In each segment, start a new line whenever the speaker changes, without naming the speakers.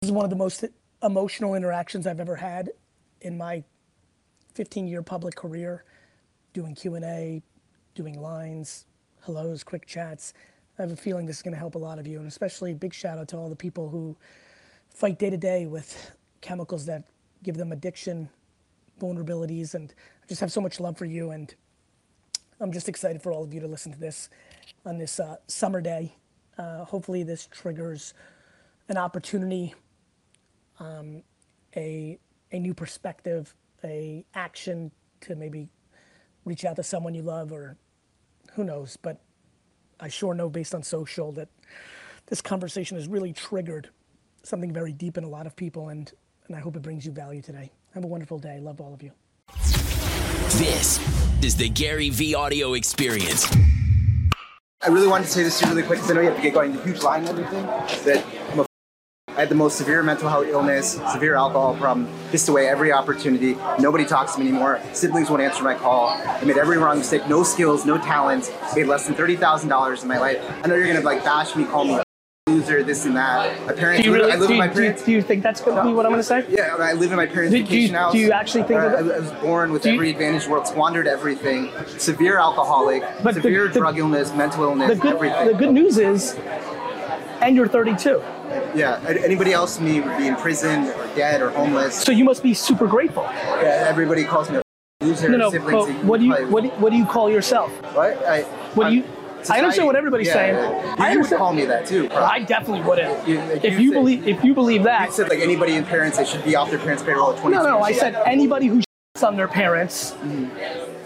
This is one of the most emotional interactions I've ever had in my 15-year public career, doing Q&A, doing lines, hellos, quick chats. I have a feeling this is gonna help a lot of you, and especially big shout out to all the people who fight day to day with chemicals that give them addiction, vulnerabilities, and I just have so much love for you, and I'm just excited for all of you to listen to this on this uh, summer day. Uh, hopefully, this triggers an opportunity, a a new perspective, a action to maybe reach out to someone you love, or who knows. But I sure know based on social that this conversation has really triggered something very deep in a lot of people, and and I hope it brings you value today. Have a wonderful day. Love all of you.
This is the Gary V audio experience.
I really wanted to say this to you really quick because I know you have to get going. The huge line and everything that I'm a, I had the most severe mental health illness, severe alcohol problem, pissed away every opportunity. Nobody talks to me anymore. Siblings won't answer my call. I made every wrong mistake, no skills, no talents, made less than $30,000 in my life. I know you're going to like bash me, call me a loser, this and that. My parents, I live with my parents.
you think that's gonna be what I'm gonna say?
Yeah, I live in my parents'
Do- do you-
vacation house.
do you actually think
Uh,
of it?
I was- I was born with
you-
every advantage in the world, squandered everything, severe alcoholic,
But the-
severe
the-
drug illness, mental illness,
The good
everything.
the good news is, and you're 32,
Yeah, a- anybody else than me would be in prison or dead or homeless.
so you must be super grateful.
Yeah, everybody calls me a loser.
No, no.
siblings
But
that
what do you
play with.
what do, what do you call yourself?
What? I,
What do you? I
society-
understand what everybody's
yeah,
saying.
yeah.
I
You would
understand.
call me that too. probably.
I definitely wouldn't.
You- like
if
you
you
said-
believe if you believe
You
that,
said like anybody in parents that should be off their parents' payroll at 22
no, no.
years
I
old.
said anybody who shits on their parents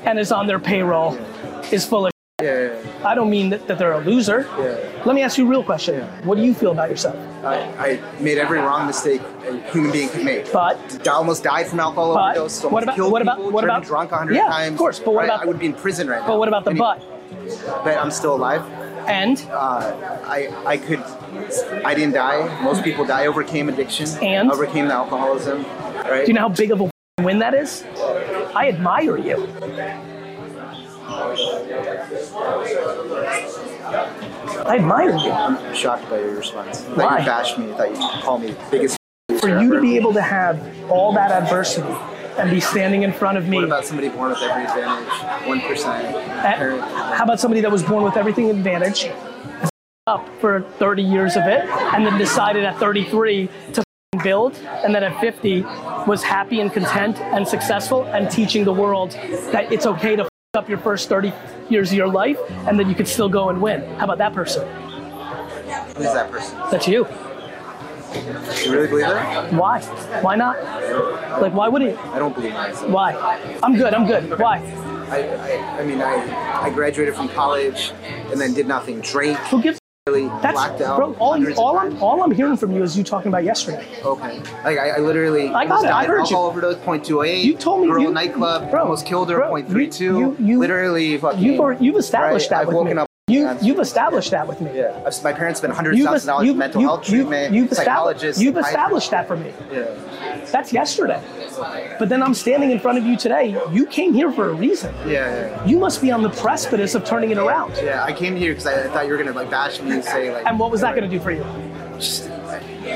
and is on their payroll is full of.
Yeah,
shit. I don't mean that, that they're a loser.
Yeah.
Let me ask you a real question. What do you feel about yourself?
I, I made every wrong mistake a human being could make.
But
I almost died from alcohol
But
overdose.
what
almost
about-
killed
what about-
people,
what
turned
about-
drunk a hundred
Yeah, of
times?
course, but what
Right,
about-
I would be in prison right now.
but what about the
Any-
butt?
But I'm still alive.
And
uh, I I could I didn't die. Most people die. I overcame addiction.
And?
overcame the alcoholism. Right.
do you know how big of a win that is? I admire you. I admire you.
I'm shocked by your response. That
Why?
you bashed me. That you called me the biggest.
for you to be able to have all that adversity and be standing in front of me.
What about somebody born with every advantage? One
at-
percent.
how about somebody that was born with everything advantage, f- up for 30 years of it, and then decided at 33 to f- build, and then at 50 was happy and content and successful and teaching the world that it's okay to f- up your first 30 years of your life and then you could still go and win. How about that person?
Who is that person?
That's you.
You really believe that?
Why? Why not? Like, why wouldn't you?
I don't believe myself.
Why? I'm good, I'm good. Why?
I, I, I mean, I, I graduated from college and then did nothing. Drank,
Who gives
really
That's
blacked out.
bro. All,
hundreds of
all
times.
I'm all I'm hearing from you is you talking about yesterday.
Okay. Like I, I literally
I got it. I heard you.
alcohol overdose 0.28.
You told me
girl
you-
nightclub
bro,
almost killed her
bro,
0.32.
you- you- you-
literally fucking.
You've already- you've established
right?
that
I've
with
woken
me.
up.
You
I've-
you've established that with me.
Yeah. I've, my parents spent hundreds of
You've,
thousands of dollars in mental health treatment.
you've established,
psychologists.
you've
psychiatrists.
established that for me.
Yeah.
That's yesterday. But then I'm standing in front of you today. You came here for a reason.
Yeah.
You must be on the precipice of turning it around.
Yeah. yeah. I came here because I, I thought you were gonna like bash me and say like.
And what was that going to do for you?
Just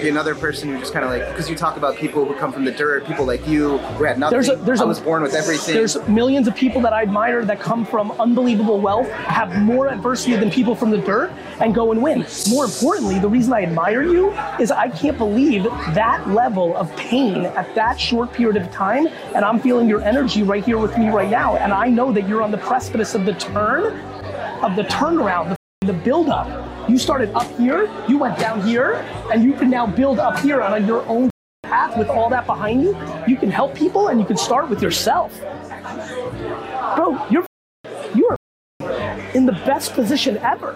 be another person who just kind of like because you talk about people who come from the dirt, people like you who had nothing.
There's a, there's
I
a-
was born with everything.
There's millions of people that I admire that come from unbelievable wealth, have more adversity than people from the dirt, and go and win. More importantly, the reason I admire you is I can't believe that level of pain at that short period of time, and I'm feeling your energy right here with me right now, and I know that you're on the precipice of the turn, of the turnaround, the, the build-up. You started up here, you went down here, and you can now build up here on your own path with all that behind you, you can help people and you can start with yourself. Bro, you're you are in the best position ever.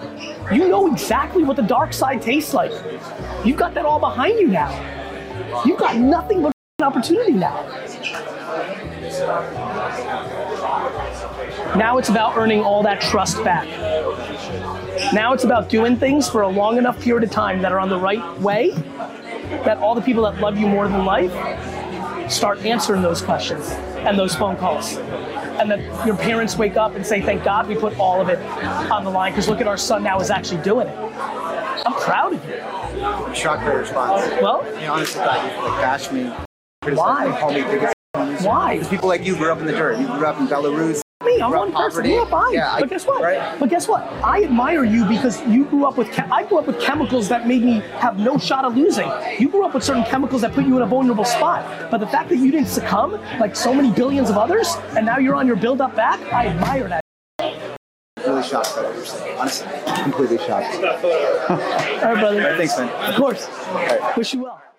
You know exactly what the dark side tastes like. You've got that all behind you now. You've got nothing but opportunity now. Now it's about earning all that trust back. Now it's about doing things for a long enough period of time that are on the right way that all the people that love you more than life start answering those questions and those phone calls. And that your parents wake up and say, Thank God we put all of it on the line because look at our son now is actually doing it. I'm proud of you.
shocked by the response.
Well,
I honestly thought you like bash me.
Why?
Call me biggest loser.
Why?
Because people like you grew up in the dirt. You grew up in Belarus.
me. I'm one person.
Rough poverty.
Yeah, fine.
Yeah, I-
but guess what?
right?
But guess what? I admire you because you grew up with. Chem- I grew up with chemicals that made me have no shot of losing. You grew up with certain chemicals that put you in a vulnerable spot. But the fact that you didn't succumb, like so many billions of others, and now you're on your build up back, I admire that.
Really shocked by what you're saying. Honestly, completely shocked.
All right, brother.
Thanks, man.
Of course.
right.
Wish you well.